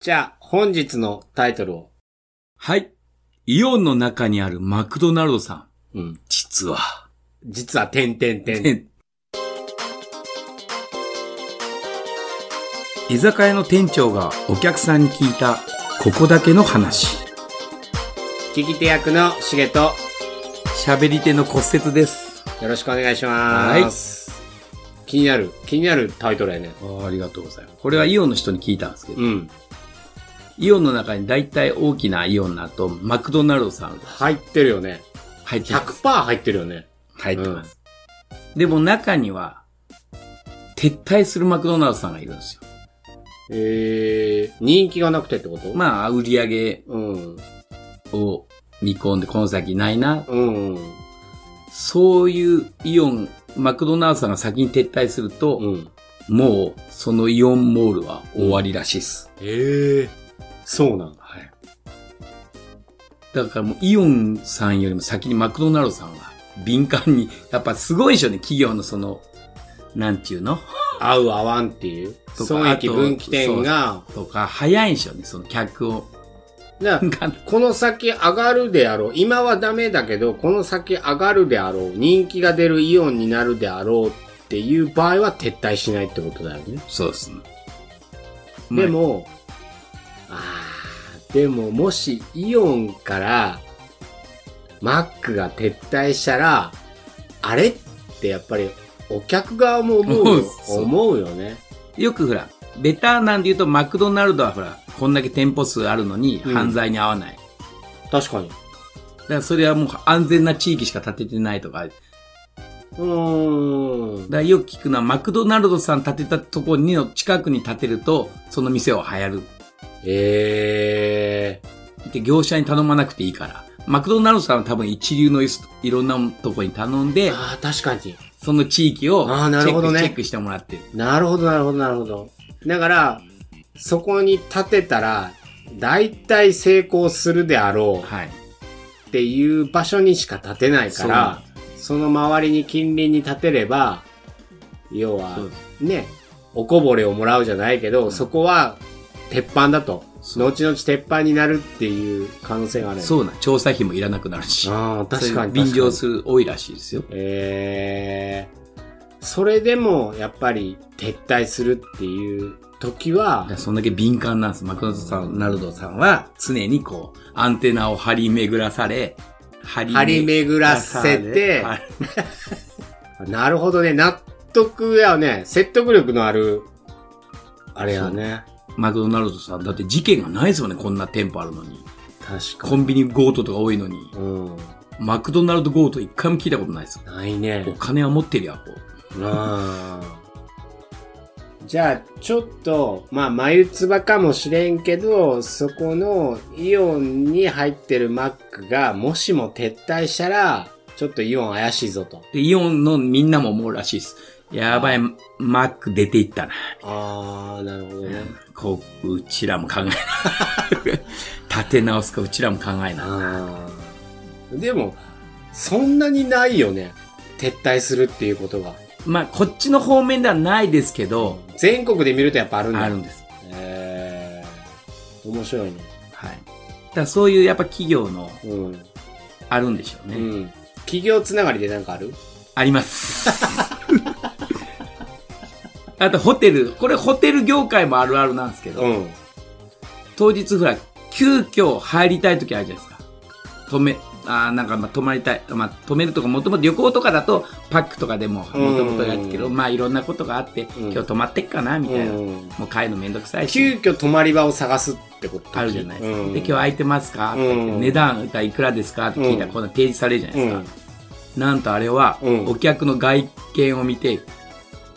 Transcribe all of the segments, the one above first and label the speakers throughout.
Speaker 1: じゃあ、本日のタイトルを。
Speaker 2: はい。イオンの中にあるマクドナルドさん。
Speaker 1: うん。
Speaker 2: 実は。
Speaker 1: 実は、点点点。
Speaker 2: て居酒屋の店長がお客さんに聞いた、ここだけの話。
Speaker 1: 聞き手役のしげと、
Speaker 2: 喋り手の骨折です。
Speaker 1: よろしくお願いします。気になる、気になるタイトルやね。
Speaker 2: あありがとうございます。これはイオンの人に聞いたんですけど、
Speaker 1: うん。
Speaker 2: イオンの中に大体大きなイオンの後、マクドナルドさんが
Speaker 1: 入ってるよね。
Speaker 2: 入ってます。
Speaker 1: 100%入ってるよね。
Speaker 2: 入ってます。でも中には、撤退するマクドナルドさんがいるんですよ。
Speaker 1: えー、人気がなくてってことあ、
Speaker 2: まあ、売り上げ
Speaker 1: うん。
Speaker 2: を見込んでこの先ないな。
Speaker 1: うん。
Speaker 2: そういうイオン、マクドナルドさんが先に撤退すると、
Speaker 1: うん。
Speaker 2: もうそのイオンモールは終わりらしいです。
Speaker 1: ええそうなんだ。
Speaker 2: はい。だからもうイオンさんよりも先にマクドナルドさんは敏感に、やっぱすごいでしょうね、企業のその、なんていうの
Speaker 1: 合う合わんっていう。
Speaker 2: とか
Speaker 1: 損益
Speaker 2: あと
Speaker 1: 分岐点が、
Speaker 2: とか、早いんでしょうね、その客を。
Speaker 1: なこの先上がるであろう。今はダメだけど、この先上がるであろう。人気が出るイオンになるであろうっていう場合は撤退しないってことだよね。
Speaker 2: そうですね。
Speaker 1: で、も、あーでももしイオンからマックが撤退したら、あれってやっぱりお客側も思うよ
Speaker 2: 思うそう
Speaker 1: 思うよね。
Speaker 2: よくほら、ベターなんで言うと、マクドナルドはほら、こんだけ店舗数あるのに、
Speaker 1: うん
Speaker 2: 犯罪に合わない。
Speaker 1: 確かに。
Speaker 2: だからそれはもう安全な地域しか建ててないとか、だか
Speaker 1: うーん。
Speaker 2: らよく聞くのは、マクドナルドさん建てたところにの近くに建てると、その店は流行る。
Speaker 1: え
Speaker 2: で、業者に頼まなくていいから。マクドナルドさんは多分一流のいろんなとこに頼ん
Speaker 1: ー。
Speaker 2: で、
Speaker 1: ああ、確かに。
Speaker 2: その地域をチ
Speaker 1: あーな
Speaker 2: ェ
Speaker 1: る
Speaker 2: ッ
Speaker 1: ほ
Speaker 2: ク,、
Speaker 1: どね
Speaker 2: チェックしてもらってる。
Speaker 1: なるほど、なるほど、なるほど。だから、そこに立てたら、大体成功するであろう
Speaker 2: はい。
Speaker 1: っていう場所にしか立てない
Speaker 2: そ
Speaker 1: か
Speaker 2: うな
Speaker 1: ら
Speaker 2: ん、で
Speaker 1: その周りに近隣に立てれば、要は
Speaker 2: そう、
Speaker 1: ね、おこぼれをもらうじゃないけど、
Speaker 2: うん
Speaker 1: そこは鉄板だと。
Speaker 2: すそう
Speaker 1: 後々鉄板になるっていう可能性がある。う。
Speaker 2: そうなん。調査費もいらなくなるし。
Speaker 1: ああ、確
Speaker 2: そう
Speaker 1: か
Speaker 2: いう
Speaker 1: に。
Speaker 2: 便
Speaker 1: 確か
Speaker 2: 乗
Speaker 1: に
Speaker 2: する多いらしいですよ。
Speaker 1: えー、それでも、やっぱり撤退するっていう時は
Speaker 2: だか、らそんだけ敏感なんです。マクドさん、ナルドさんは常にこう、アンテナを張り巡らされ、張
Speaker 1: 張り巡らせて、
Speaker 2: はい
Speaker 1: なるほどね、納得やね、説得力のある、あれやね。
Speaker 2: マクドナルドさん、だって事件がないですよね、こんな店舗あるのに。
Speaker 1: 確か
Speaker 2: コ
Speaker 1: に。
Speaker 2: ンビニ強盗とか多いのに。
Speaker 1: うん。
Speaker 2: マクドナルド強盗一回も聞いたことないですよ。
Speaker 1: ないね
Speaker 2: お。金は持ってるや、こう。
Speaker 1: うん。じゃあ、ちょっと、まあ、眉唾かもしれんけど、そこのイオンに入ってるマックが、もしも撤退したら、ちょっとイオン怪しいぞと。
Speaker 2: で、イオンのみんなも思うらしいです。やばい、マック出ていったな。
Speaker 1: あー、なるほどね。
Speaker 2: こう、うちらも考えな。 立て直すか、うちらも考えな。
Speaker 1: あーでも、そんなにないよね。撤退するっていうことが。
Speaker 2: まあ、こっちの方面ではないですけど、
Speaker 1: 全国で見るとやっぱあるんだ。
Speaker 2: あるんです。
Speaker 1: えー、面白いね。
Speaker 2: はい。だからそういうやっぱ企業の
Speaker 1: うん。
Speaker 2: あるんでしょう
Speaker 1: う
Speaker 2: ね。
Speaker 1: ん。企業つながりでなんかある
Speaker 2: あります。 あとホテル、これホテル業界もあるあるなんですけど、
Speaker 1: うん。
Speaker 2: 当日ほら、急遽入りたい時あるじゃないですか。止め、あーなんかまあ泊まりたい、まあ泊めるとかもともと旅行とかだとパックとかでももともとやるけど、
Speaker 1: うん
Speaker 2: まあいろんなことがあって、
Speaker 1: うん
Speaker 2: 今日泊まってっかな、みたいな。も
Speaker 1: うん
Speaker 2: う帰るのめんどくさいし。
Speaker 1: 急遽泊まり場を探すってこと
Speaker 2: あるじゃないですか。
Speaker 1: うん
Speaker 2: で、今日空いてますか、
Speaker 1: うん
Speaker 2: 値段がいくらですかって聞いたら、
Speaker 1: うん
Speaker 2: こんな提示されるじゃないですか。
Speaker 1: うん
Speaker 2: なんとあれは、
Speaker 1: うん
Speaker 2: お客の外見を見て、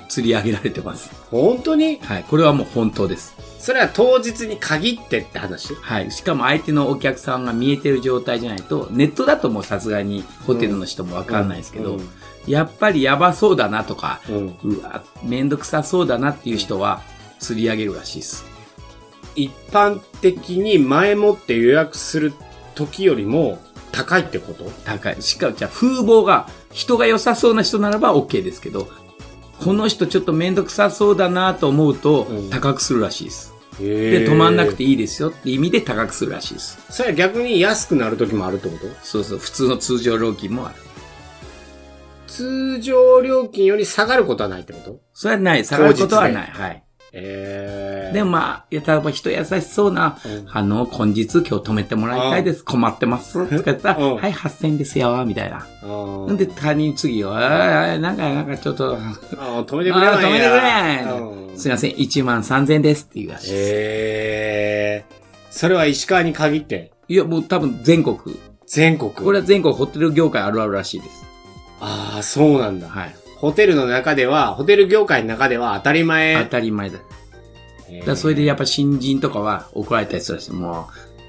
Speaker 2: 釣り上げられてます。
Speaker 1: 本当に
Speaker 2: はい。これはもう本当です。
Speaker 1: それは当日に限ってって話
Speaker 2: はい。しかも相手のお客さんが見えてる状態じゃないと、ネットだともうさすがにホテルの人もわかんないですけ
Speaker 1: う
Speaker 2: ど、
Speaker 1: ん
Speaker 2: やっぱりやばそうだなとか、
Speaker 1: うん
Speaker 2: うわ、めんどくさそうだなっていう人は、釣り上げるらしいです。
Speaker 1: 一般的に前もって予約する時よりも高いってこと
Speaker 2: 高い。しかも、じゃあ風貌が、人が良さそうな人ならば OK ですけど、この人ちょっとめんどくさそうだなと思うと、
Speaker 1: うん
Speaker 2: 高くするらしいです。で、
Speaker 1: で
Speaker 2: 止まんなくて
Speaker 1: いい。
Speaker 2: いいですよって意味で高くするらしいです。
Speaker 1: それは逆に安くなる時もあるってこと
Speaker 2: そうそう、普通の通常料金もある。
Speaker 1: 通常料金より下がることはないってこと
Speaker 2: それはない。下がることはない。はい。
Speaker 1: ええー。
Speaker 2: でもまあ、やたら人優しそうな、
Speaker 1: うん
Speaker 2: あの、本日今日止めてもらいたいです。困ってます。とか言ったら、
Speaker 1: うん
Speaker 2: はい、8000円ですよ、みたいな。
Speaker 1: あー、
Speaker 2: んで、他人次は、あーなんか、なんかちょっと、
Speaker 1: あー止めてくれない
Speaker 2: あー止めてくれない
Speaker 1: うん
Speaker 2: すいません、1万3000円ですっていうらしいです。
Speaker 1: ええー。それは石川に限って、
Speaker 2: いや、もう多分全国。
Speaker 1: 全国。
Speaker 2: これは全国ホテル業界あるあるらしいです。
Speaker 1: ああ、そうなんだ。
Speaker 2: はい。
Speaker 1: ホテルの中では、ホテル業界の中では当たり前。
Speaker 2: 当たり前だ。だからそれでやっぱ新人とかは怒られたりするらしい。も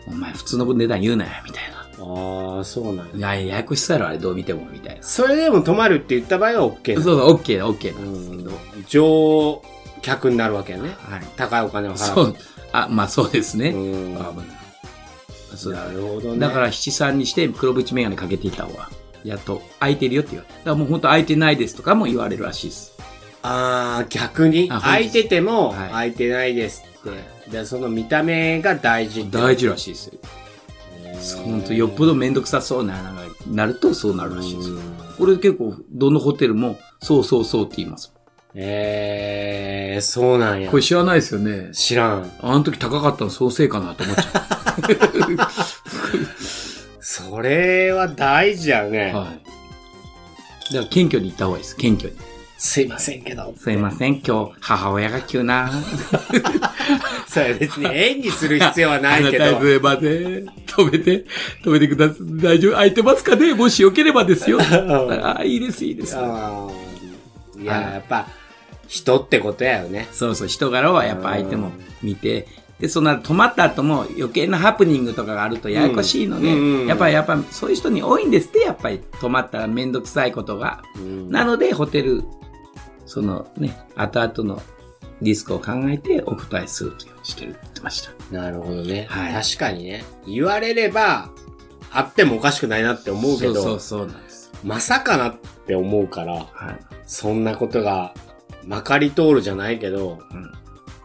Speaker 2: う、お前普通の値段言うなよ、みたいな。
Speaker 1: ああ、そうなんだ。
Speaker 2: いや、ややこしさやろ、あれどう見ても、みたいな。そ
Speaker 1: それでも泊まるって言った場合は OK
Speaker 2: う
Speaker 1: な
Speaker 2: そう、OK だ、OK
Speaker 1: う
Speaker 2: だ。
Speaker 1: ん。上客になるわけやね。
Speaker 2: はい。
Speaker 1: 高いお金を払。
Speaker 2: そうう、あ、まあそうですね。
Speaker 1: うん
Speaker 2: あまあそうだ
Speaker 1: なるほどね。
Speaker 2: だから七三にして黒縁眼鏡かけていた方が、やっと空いてるよって言われだからもう本当空いてないですとかも言われるらしいです。
Speaker 1: ああ、逆に。
Speaker 2: あ
Speaker 1: 空いてても、
Speaker 2: はい
Speaker 1: 空いてないですって。で、その見た目が大事って。
Speaker 2: 大事らしいですよ。
Speaker 1: へー
Speaker 2: 本当よっぽど面倒くさそうな、なんかなるとそうなるらしいです
Speaker 1: う
Speaker 2: よ。
Speaker 1: ん
Speaker 2: これ結構、どのホテルも、そうそうそうって言います。
Speaker 1: ええー、そうなんや
Speaker 2: こ。れ知らないですよね。
Speaker 1: 知らん。
Speaker 2: あの時高かったのそうせいかなと思っちゃ
Speaker 1: それは大事やね。
Speaker 2: う。はい。だから謙虚に行った方がいいです。謙虚に。
Speaker 1: すいませんけど。
Speaker 2: すいません、今日、母親が急な。
Speaker 1: それ別に演技する必要はないけど
Speaker 2: あなた。へまで、止めて、止めてください。大丈夫、空いてますかねもしよければです よ。ああ、いいです、いいです。
Speaker 1: あーいや、
Speaker 2: はい
Speaker 1: やっぱ、人ってことやよね。
Speaker 2: そうそう、人柄はやっぱ相手も見て、で、そんな止まった後も余計なハプニングとかがあるとややこしいので、
Speaker 1: うんうん
Speaker 2: やっぱりやっぱそういう人に多いんですって、やっぱり止まったらめんどくさいことが。なので、ホテル、そのね、後々のリスクを考えてお答えするというようにしてるって言ってました。
Speaker 1: なるほどね、
Speaker 2: はい
Speaker 1: 確かにね。言われれば、あってもおかしくないなって思うけど、
Speaker 2: そうそうそうなんです。
Speaker 1: まさかなって思うから、
Speaker 2: はい。
Speaker 1: そんなことが、まかり通るじゃないけど、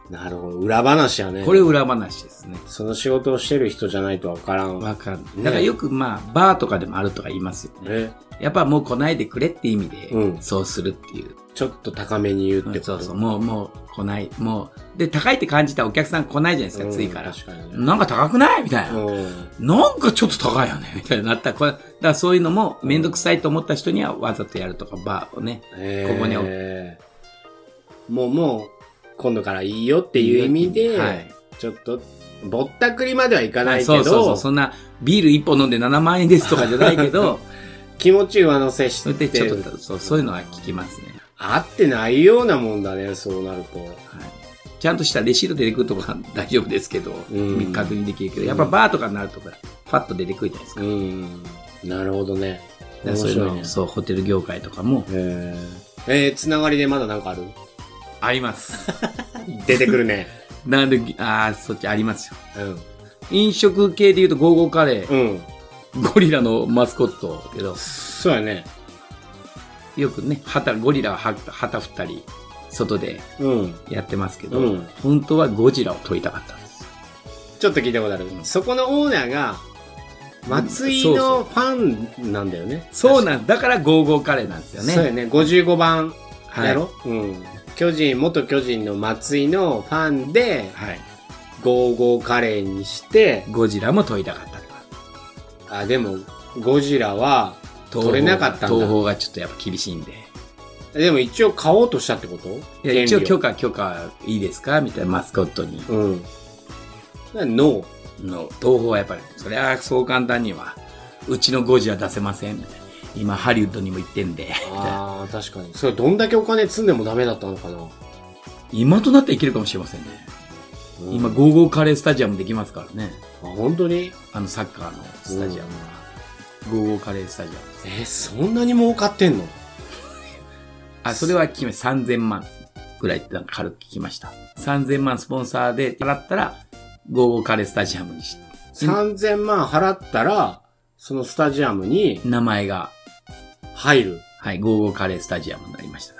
Speaker 2: う
Speaker 1: なるほど。裏話やね。
Speaker 2: ん、これ裏話ですね。
Speaker 1: その仕事をしてる人じゃないとわからん。
Speaker 2: わかんない。
Speaker 1: ね
Speaker 2: だからよくまあ、バーとかでもあるとか言いますよね。
Speaker 1: ね、
Speaker 2: やっぱもう来ないでくれって意味で、
Speaker 1: うん
Speaker 2: そうするっていう。
Speaker 1: ちょっと高めに言うってこと。
Speaker 2: そうそう、もう、もう来ない。もう、で、高いって感じたらお客さん来ないじゃないです
Speaker 1: う
Speaker 2: か、
Speaker 1: ん
Speaker 2: ついから。
Speaker 1: 確かにね。
Speaker 2: なんか高くないみたいな。
Speaker 1: うん
Speaker 2: なんかちょっと高いよねみたいになったら、これ、だからそういうのもめんどくさいと思った人にはわざとやるとか、バーをね。
Speaker 1: こ
Speaker 2: ここに置
Speaker 1: もうもう今度からいいよっていう意味で、
Speaker 2: はい。
Speaker 1: ちょっとぼったくりまではいかないけ
Speaker 2: そうそうそう、
Speaker 1: ど
Speaker 2: そんなビール一本飲んで7万円ですとかじゃないけど、
Speaker 1: 気持ち上乗せし
Speaker 2: それで
Speaker 1: て
Speaker 2: ちょっと、そうそういうのは聞きますね。
Speaker 1: 合ってないようなもんだねそうなると
Speaker 2: はいちゃんとしたレシート出てくるとこは大丈夫ですけど、
Speaker 1: うん
Speaker 2: 確認できるけど、やっぱバーとかになるとこは、パッと出てくるじゃないですか。
Speaker 1: うんなるほどね
Speaker 2: だからそういうの、そう、ホテル業界とかも。
Speaker 1: えー、えーつながりでまだなんかある
Speaker 2: あり ます。
Speaker 1: 出てくる ね
Speaker 2: なんで、ああ、そっちありますよ。
Speaker 1: う
Speaker 2: 飲食系で言うと、ゴーゴーカレー、
Speaker 1: んうん
Speaker 2: ゴリラのマスコットけど、
Speaker 1: そうやね
Speaker 2: よくね、旗、ゴリラは旗旗振ったり、外で
Speaker 1: うん
Speaker 2: やってますけど、
Speaker 1: うん
Speaker 2: 本当はゴジラを撮りたかったんですよ。
Speaker 1: ちょっと聞いたことある、そこのオーナーが松井のファンなんだよね、
Speaker 2: そうなんだからゴーゴーカレーなんですよね。
Speaker 1: そうやね、55番
Speaker 2: はい
Speaker 1: やろ、うん。巨人、元巨人の松井のファンで、
Speaker 2: はい。
Speaker 1: 55カレーにして、
Speaker 2: ゴジラも撮りたかったから。
Speaker 1: あ、でも、ゴジラは、取れなかったんだ
Speaker 2: 東宝がちょっとやっぱ厳しいんで。
Speaker 1: でも一応買おうとしたってこと
Speaker 2: いや一応許
Speaker 1: 可。
Speaker 2: 可、許可いいですかみたいなマスコットに。
Speaker 1: うん。だからノー。
Speaker 2: の、東宝はやっぱり、それはそう簡単には、うちのゴジラ出せません。みたいな今、ハリウッドにも行ってんで。
Speaker 1: ああ、確かに。それどんだけお金積んでもダメだったのかな、
Speaker 2: 今となってはいけるかもしれませんね。
Speaker 1: うん
Speaker 2: 今、ゴーゴーカレースタジアムできますからね。
Speaker 1: あ、本当に
Speaker 2: あの、サッカーのスタジアムが。ゴーゴーカレースタジアムです。
Speaker 1: え、そんなに儲かってんの
Speaker 2: あ、それは決め、3000万ぐらいってなんか軽く聞きました。3000万スポンサーで払ったら、ゴーゴーカレースタジアムにし、
Speaker 1: ?3000 万払ったら、そのスタジアムに
Speaker 2: 名前が、
Speaker 1: 入る。
Speaker 2: はい、ゴーゴーカレースタジアムになりました。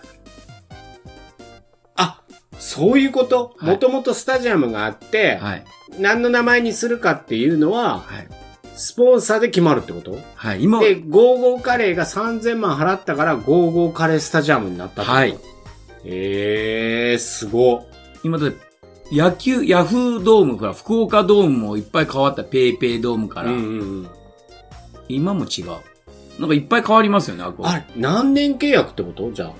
Speaker 1: あ、そういうこと
Speaker 2: はい
Speaker 1: もともとスタジアムがあって、
Speaker 2: はい。
Speaker 1: 何の名前にするかっていうのは、
Speaker 2: はい。
Speaker 1: スポンサーで決まるってこと
Speaker 2: はい。今は、
Speaker 1: で、ゴーゴーカレーが3000万払ったから、ゴーゴーカレースタジアムになったってこと
Speaker 2: はい。
Speaker 1: えー、すご。
Speaker 2: 今だって野球、ヤフードームから、福岡ドームもいっぱい変わった、ペイペイドームか
Speaker 1: うん
Speaker 2: ら、
Speaker 1: うんうん。
Speaker 2: 今も違う。なんかいっぱい変わりますよね、あこ
Speaker 1: あれ、何年契約ってことじゃ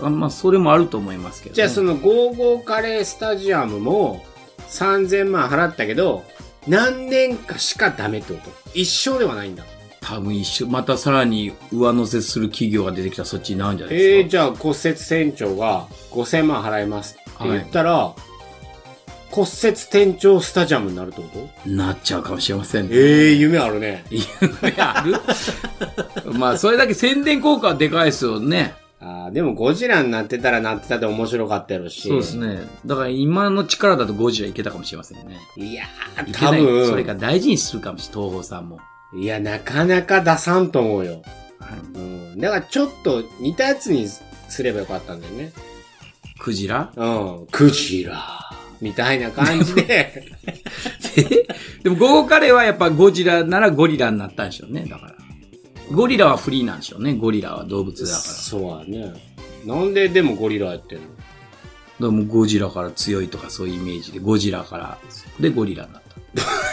Speaker 1: あ。
Speaker 2: あまあ、それもあると思いますけど、ね。
Speaker 1: じゃあそのゴーゴーカレースタジアムも3000万払ったけど、何年かしかダメってこと一生ではないんだ。
Speaker 2: 多分一緒、またさらに上乗せする企業が出てきたらそっちになるんじゃない
Speaker 1: えー、
Speaker 2: ですか。
Speaker 1: じゃあ骨折店長が5000万払いますって言ったら、骨折店長スタジアムになるってこと
Speaker 2: なっちゃうかもしれませんね。
Speaker 1: ええー、夢あるね。
Speaker 2: いやあるまあ、それだけ宣伝効果はでかいですよね。
Speaker 1: あーでもゴジラになってたらなってたで面白かったやろし。
Speaker 2: そうです。ね。だから今の力だとゴジラいけたかもしれませんね。
Speaker 1: いや
Speaker 2: い
Speaker 1: ー、
Speaker 2: け
Speaker 1: 多
Speaker 2: ない
Speaker 1: 分、
Speaker 2: それが大事にするかもしれない、東宝さんも。
Speaker 1: いや、なかなか出さんと思うよ。
Speaker 2: は
Speaker 1: う
Speaker 2: い
Speaker 1: ん。だからちょっと似たやつにすればよかったんだよね。
Speaker 2: クジラ
Speaker 1: うん。クジラ。みたいな感じ で。
Speaker 2: でも、ゴーカレーはやっぱゴジラならゴリラになったんでしょうね。だから。ゴリラはフリーなんでしょうね。ゴリラは動物だから。
Speaker 1: そうやね。なんででもゴリラやってんの
Speaker 2: でもゴジラから強いとかそういうイメージで、ゴジラから、でゴリラになっ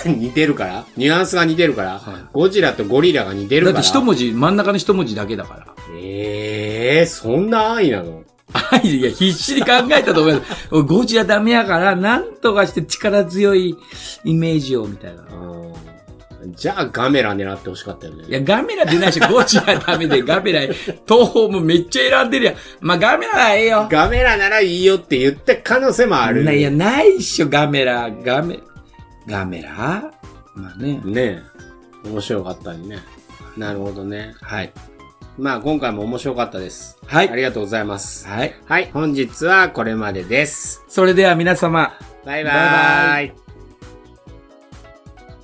Speaker 1: 似てるからニュアンスが似てるから、
Speaker 2: はい
Speaker 1: ゴジラとゴリラが似て
Speaker 2: た。
Speaker 1: る
Speaker 2: だ
Speaker 1: から。
Speaker 2: って一文字、真ん中の一文字だけだから。
Speaker 1: ええー、そんな安易なの
Speaker 2: はい、いや、必死に考えたと思います。 俺ゴジラダメやから、なんとかして力強いイメージを、みたいな。
Speaker 1: うんじゃあガメラ狙ってほしかったよね。
Speaker 2: いや、ガメラ出ないし、ゴジラダメで、ガメラ、東宝もめっちゃ選んでるやん。まあ、ガメラはええよ。
Speaker 1: ガメラならいいよって言った可能性もある。
Speaker 2: いや、ないっしょ、ガメラ、ガメ、ガメラまあね。
Speaker 1: ねえ。面白かったね。なるほどね。
Speaker 2: はい。
Speaker 1: まあ今回も面白かったです。
Speaker 2: はい
Speaker 1: ありがとうございます。
Speaker 2: はい。
Speaker 1: はい、本日はこれまでです。
Speaker 2: それでは皆様、
Speaker 1: バイバ
Speaker 2: バ
Speaker 1: イ。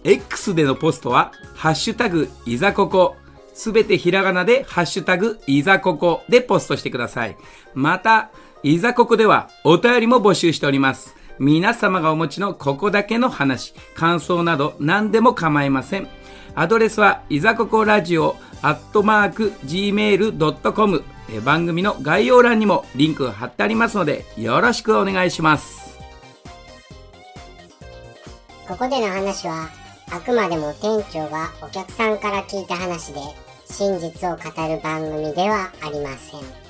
Speaker 2: X でのポストは、ハッシュタグ、いざここ。すべてひらがなで、ハッシュタグ、いざここでポストしてください。また、いざここでは、お便りも募集しております。皆様がお持ちのここだけの話、感想など何でも構いません。アドレスは、いざここラジオ、アットマーク、gmail.com。え番組の概要欄にもリンク貼ってありますので、よろしくお願いします。
Speaker 3: ここでの話はあくまでも店長がお客さんから聞いた話で真実を語る番組ではありません。